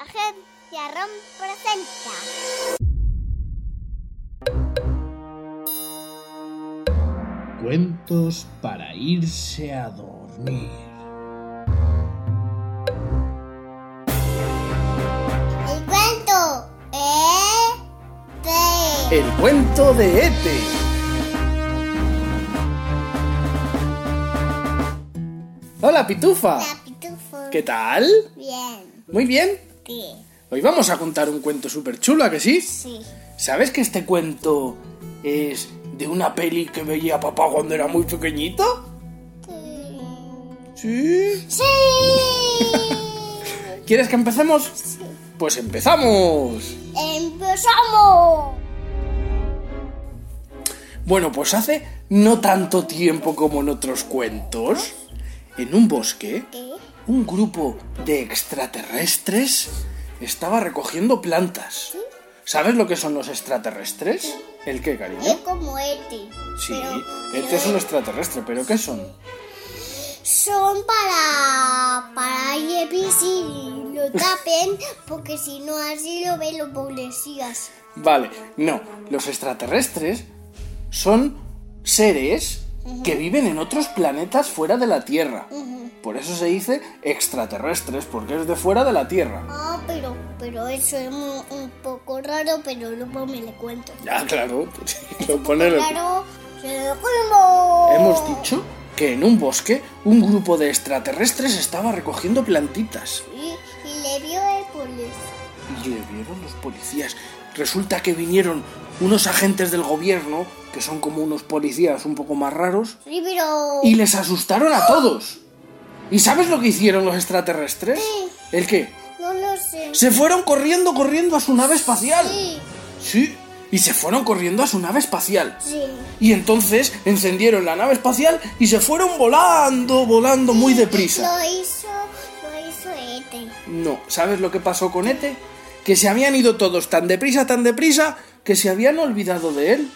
Agencia ROM presenta. Cuentos para irse a dormir. El cuento es de El cuento de Ete. Hola, Pitufa. la pitufo. ¿Qué tal? Bien, Muy bien. ¿qué? Hoy vamos a contar un cuento súper chulo, ¿a que sí? Sí. ¿Sabes que este cuento es de una peli que veía papá cuando era muy pequeñito? Sí. Sí. ¿Quieres que empecemos? Pues empezamos. Empezamos. Bueno, pues hace no tanto tiempo como en otros cuentos, en un bosque, ¿Qué? un grupo de extraterrestres estaba recogiendo plantas. ¿Sabes lo que son los extraterrestres? ¿El qué, Es cariño? como este. Sí, pero- este es un extraterrestre, pero ¿qué son? Son para para Yepi si lo tapen porque si no así lo ven los policías. Vale, no, los extraterrestres son seres que viven en otros planetas fuera de la Tierra. Por eso se dice extraterrestres, porque es de fuera de la Tierra. Ah, pero pero eso es un, un poco raro, pero luego me le cuento. Ya, claro, pues, lo pone en el- Pues, Claro, se lo cuento. Hemos dicho que en un bosque un grupo de extraterrestres estaba recogiendo plantitas. Y, y le vio el policía. Y le vieron los policías. Resulta que vinieron unos agentes del gobierno, que son como unos policías un poco más raros, Sí, pero y les asustaron a todos. ¿Y sabes lo que hicieron los extraterrestres? ¿El qué? no lo sé. Se fueron corriendo, corriendo a su nave espacial. Sí, Sí, y se fueron corriendo a su nave espacial. sí. Y entonces encendieron la nave espacial y se fueron volando, volando muy deprisa. Lo hizo, lo hizo este. No, ¿sabes lo que pasó con Ete? Que se habían ido todos tan deprisa, tan deprisa, que se habían olvidado de él.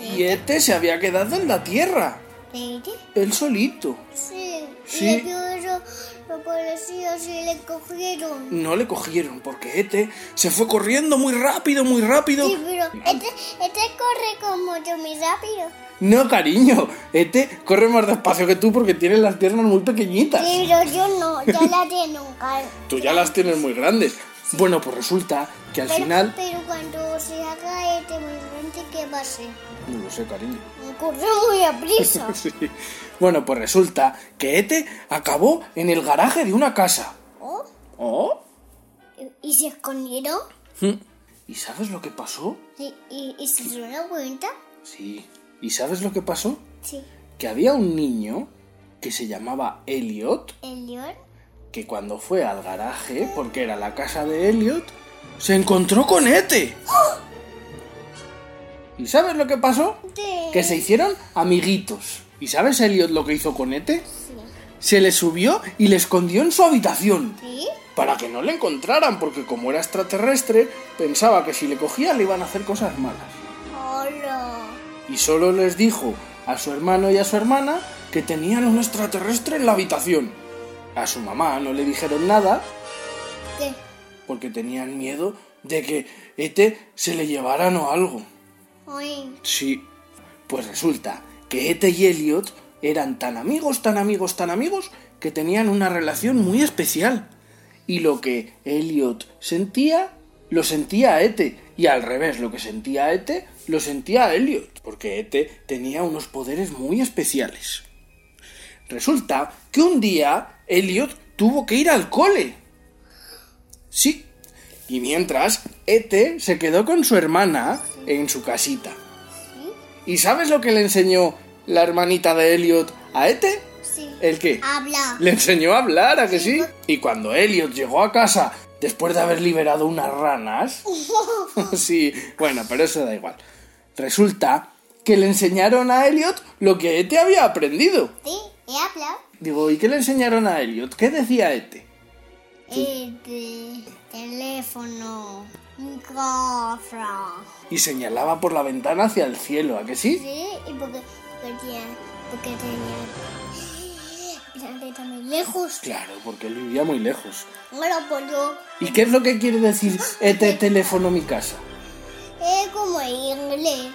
Y Ete se había quedado en la Tierra, ¿Este? él solito. Sí. Sí. Le vio eso, los policías y le cogieron. No le cogieron, porque Ete se fue corriendo muy rápido, muy rápido. Sí, pero este, este corre como yo muy rápido. No, cariño, Ete corre más despacio que tú porque tiene las piernas muy pequeñitas. Sí, pero yo no, ya la tengo nunca. Tú ya las tienes muy grandes. Bueno, pues resulta que al Pero, final... pero cuando se haga este momento, ¿qué va a ser? No lo sé, cariño. Corre muy a prisa. Sí. Bueno, pues resulta que Ete acabó en el garaje de una casa. ¿Oh? ¿Oh? ¿Y- ¿Y se escondieron? ¿Y sabes lo que pasó? ¿Y, y, y se dieron la cuenta? Sí. ¿Y sabes lo que pasó? Sí. Que había un niño que se llamaba Elliot, ¿El león? que cuando fue al garaje, porque era la casa de Elliot, se encontró con Ete. ¿Y sabes lo que pasó? Sí. Que se hicieron amiguitos. ¿Y sabes Elliot lo que hizo con Ete? Sí. Se le subió y le escondió en su habitación. ¿Sí? para que no le encontraran, porque como era extraterrestre, pensaba que si le cogía le iban a hacer cosas malas. Hola. Y solo les dijo a su hermano y a su hermana que tenían un extraterrestre en la habitación. A su mamá no le dijeron nada ¿Qué? porque tenían miedo de que Ete se le llevaran o algo. Ay, Sí. Pues resulta que Ete y Elliot eran tan amigos, tan amigos, tan amigos, que tenían una relación muy especial. Y lo que Elliot sentía, lo sentía Ete. Y al revés, lo que sentía Ete, lo sentía Elliot. Porque Ete tenía unos poderes muy especiales. Resulta que un día Elliot tuvo que ir al cole. Sí. Y mientras, Ete se quedó con su hermana en su casita. ¿sí? ¿Y sabes lo que le enseñó la hermanita de Elliot a Ete? Sí. ¿El qué? Habla. Le enseñó a hablar, ¿a que sí? Y cuando Elliot llegó a casa después de haber liberado unas ranas. sí, bueno, pero eso da igual. Resulta que le enseñaron a Elliot lo que Ete había aprendido. Sí, he hablado. Digo, ¿y qué le enseñaron a Elliot? ¿Qué decía Ete? El de- teléfono. Gofra. Y señalaba por la ventana hacia el cielo, ¿a que sí? Sí, y porque, porque tenía. Porque tenía. Grande también lejos. Claro, porque él vivía muy lejos. Bueno, pues yo. ¿Y qué es lo que quiere decir Ete teléfono mi casa? Es eh, como en inglés.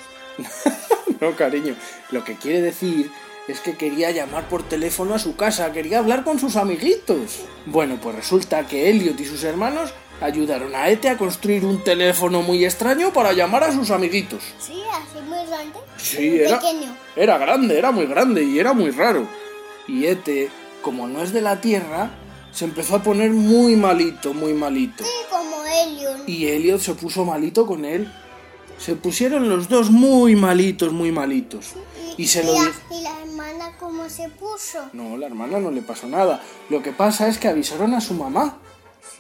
No, cariño. Lo que quiere decir es que quería llamar por teléfono a su casa, quería hablar con sus amiguitos. Bueno, pues resulta que Elliot y sus hermanos ayudaron a Ete a construir un teléfono muy extraño para llamar a sus amiguitos. Sí, así muy grande. Sí, pero era, Pequeño. era grande, era muy grande y era muy raro. Y Ete, como no es de la Tierra, se empezó a poner muy malito, muy malito. Sí, como Elion. Y Elliot se puso malito con él. Se pusieron los dos muy malitos, muy malitos. Y se lo la, di- y la hermana cómo se puso. No, la hermana no le pasó nada. Lo que pasa es que avisaron a su mamá.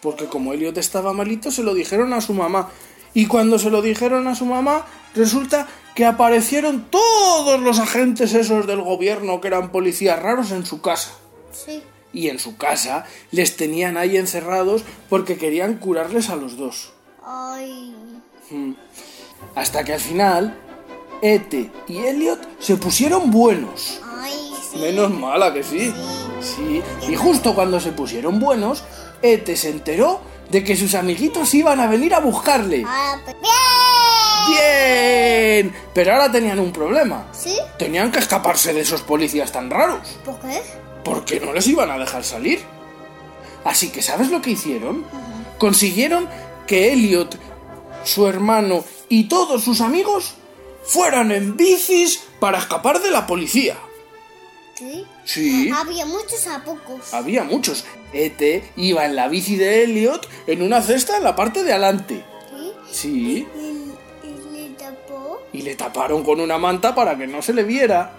Porque como Elliot estaba malito, se lo dijeron a su mamá. Y cuando se lo dijeron a su mamá, resulta que aparecieron todos los agentes esos del gobierno que eran policías raros en su casa. Sí. Y en su casa les tenían ahí encerrados porque querían curarles a los dos. Ay. Hasta que al final, Ete y Elliot se pusieron buenos. Ay, sí. Menos mala que sí. Sí. Y justo cuando se pusieron buenos, Ete se enteró de que sus amiguitos iban a venir a buscarle. Ah, pues- ¡Bien! ¡Bien! Pero ahora tenían un problema. ¿Sí? Tenían que escaparse de esos policías tan raros. ¿Por qué? Porque no les iban a dejar salir. Así que, ¿sabes lo que hicieron? Consiguieron que Elliot, su hermano y todos sus amigos fueran en bicis para escapar de la policía. Sí. Sí. Había muchos apocos. Había muchos. Ete iba en la bici de Elliot en una cesta en la parte de adelante. Sí. Sí. Y, y le tapó. Y le taparon con una manta para que no se le viera.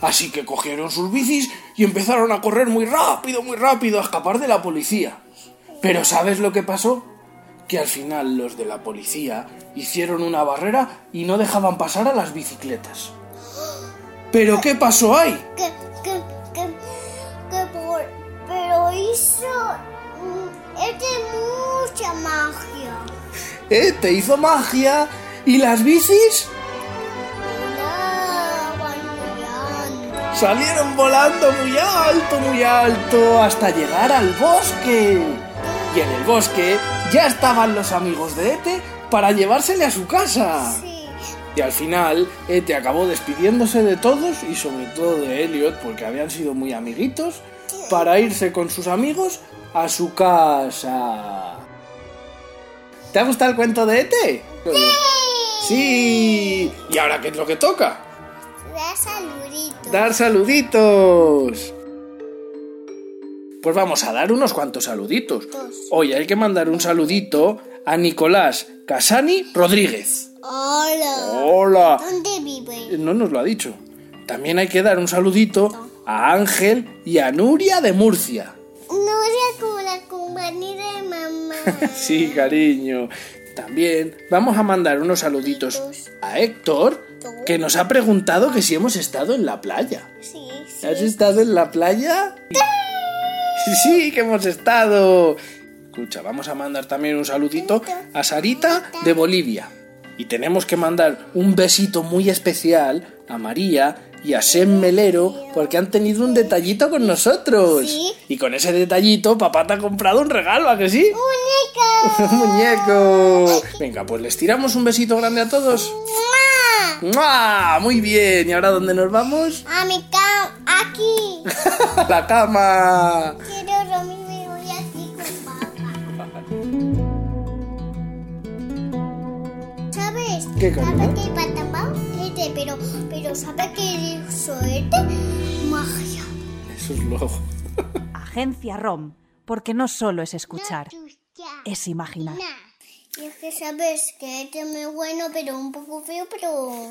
Así que cogieron sus bicis y empezaron a correr muy rápido, muy rápido, a escapar de la policía. Pero ¿sabes lo que pasó? Que al final los de la policía hicieron una barrera y no dejaban pasar a las bicicletas. ¿Pero qué pasó ahí? Que, que, que, que por... Pero hizo... mm, Es de mucha magia. ¿Eh? Te hizo magia y las bicis Volaban volando. Salieron volando muy alto, muy alto, hasta llegar al bosque. Y en el bosque ya estaban los amigos de Ete para llevársele a su casa. Sí. Y al final, Ete acabó despidiéndose de todos y sobre todo de Elliot, porque habían sido muy amiguitos, para irse con sus amigos a su casa. ¿Te ha gustado el cuento de Ete? Sí. ¿Y ahora qué es lo que toca? Da saludito. dar saluditos. Pues vamos a dar unos cuantos saluditos. Dos. Hoy hay que mandar un saludito a Nicolás Casani Rodríguez. Oh. Hola. Hola. ¿Dónde vive? No nos lo ha dicho. También hay que dar un saludito a Ángel y a Nuria de Murcia. No era como la compañera de mamá. Sí, cariño. También vamos a mandar unos saluditos a Héctor, que nos ha preguntado que si hemos estado en la playa. Sí, sí. ¿Has estado en la playa? Sí, que hemos estado. Escucha, vamos a mandar también un saludito a Sarita de Bolivia. Y tenemos que mandar un besito muy especial a María y a Sem Melero porque han tenido un detallito con nosotros. Sí. Y con ese detallito papá te ha comprado un regalo, ¿a que sí? ¡Muñeca! ¡Un muñeco! Venga, pues les tiramos un besito grande a todos. ¡Mua! ¡Mua! Muy bien, ¿y ahora dónde nos vamos? A mi cama, aquí. ¡A la cama! Quiero dormirme hoy aquí con papá. ¿Sabes? ¿Qué, cariño? ¿Sabes que el patambao es de- Este, pero, pero ¿sabes que el soete? Magia. Eso es luego. Agencia ROM, porque no solo es escuchar, es imaginar. Nah. Y es que sabes que este es muy bueno, pero un poco feo, pero...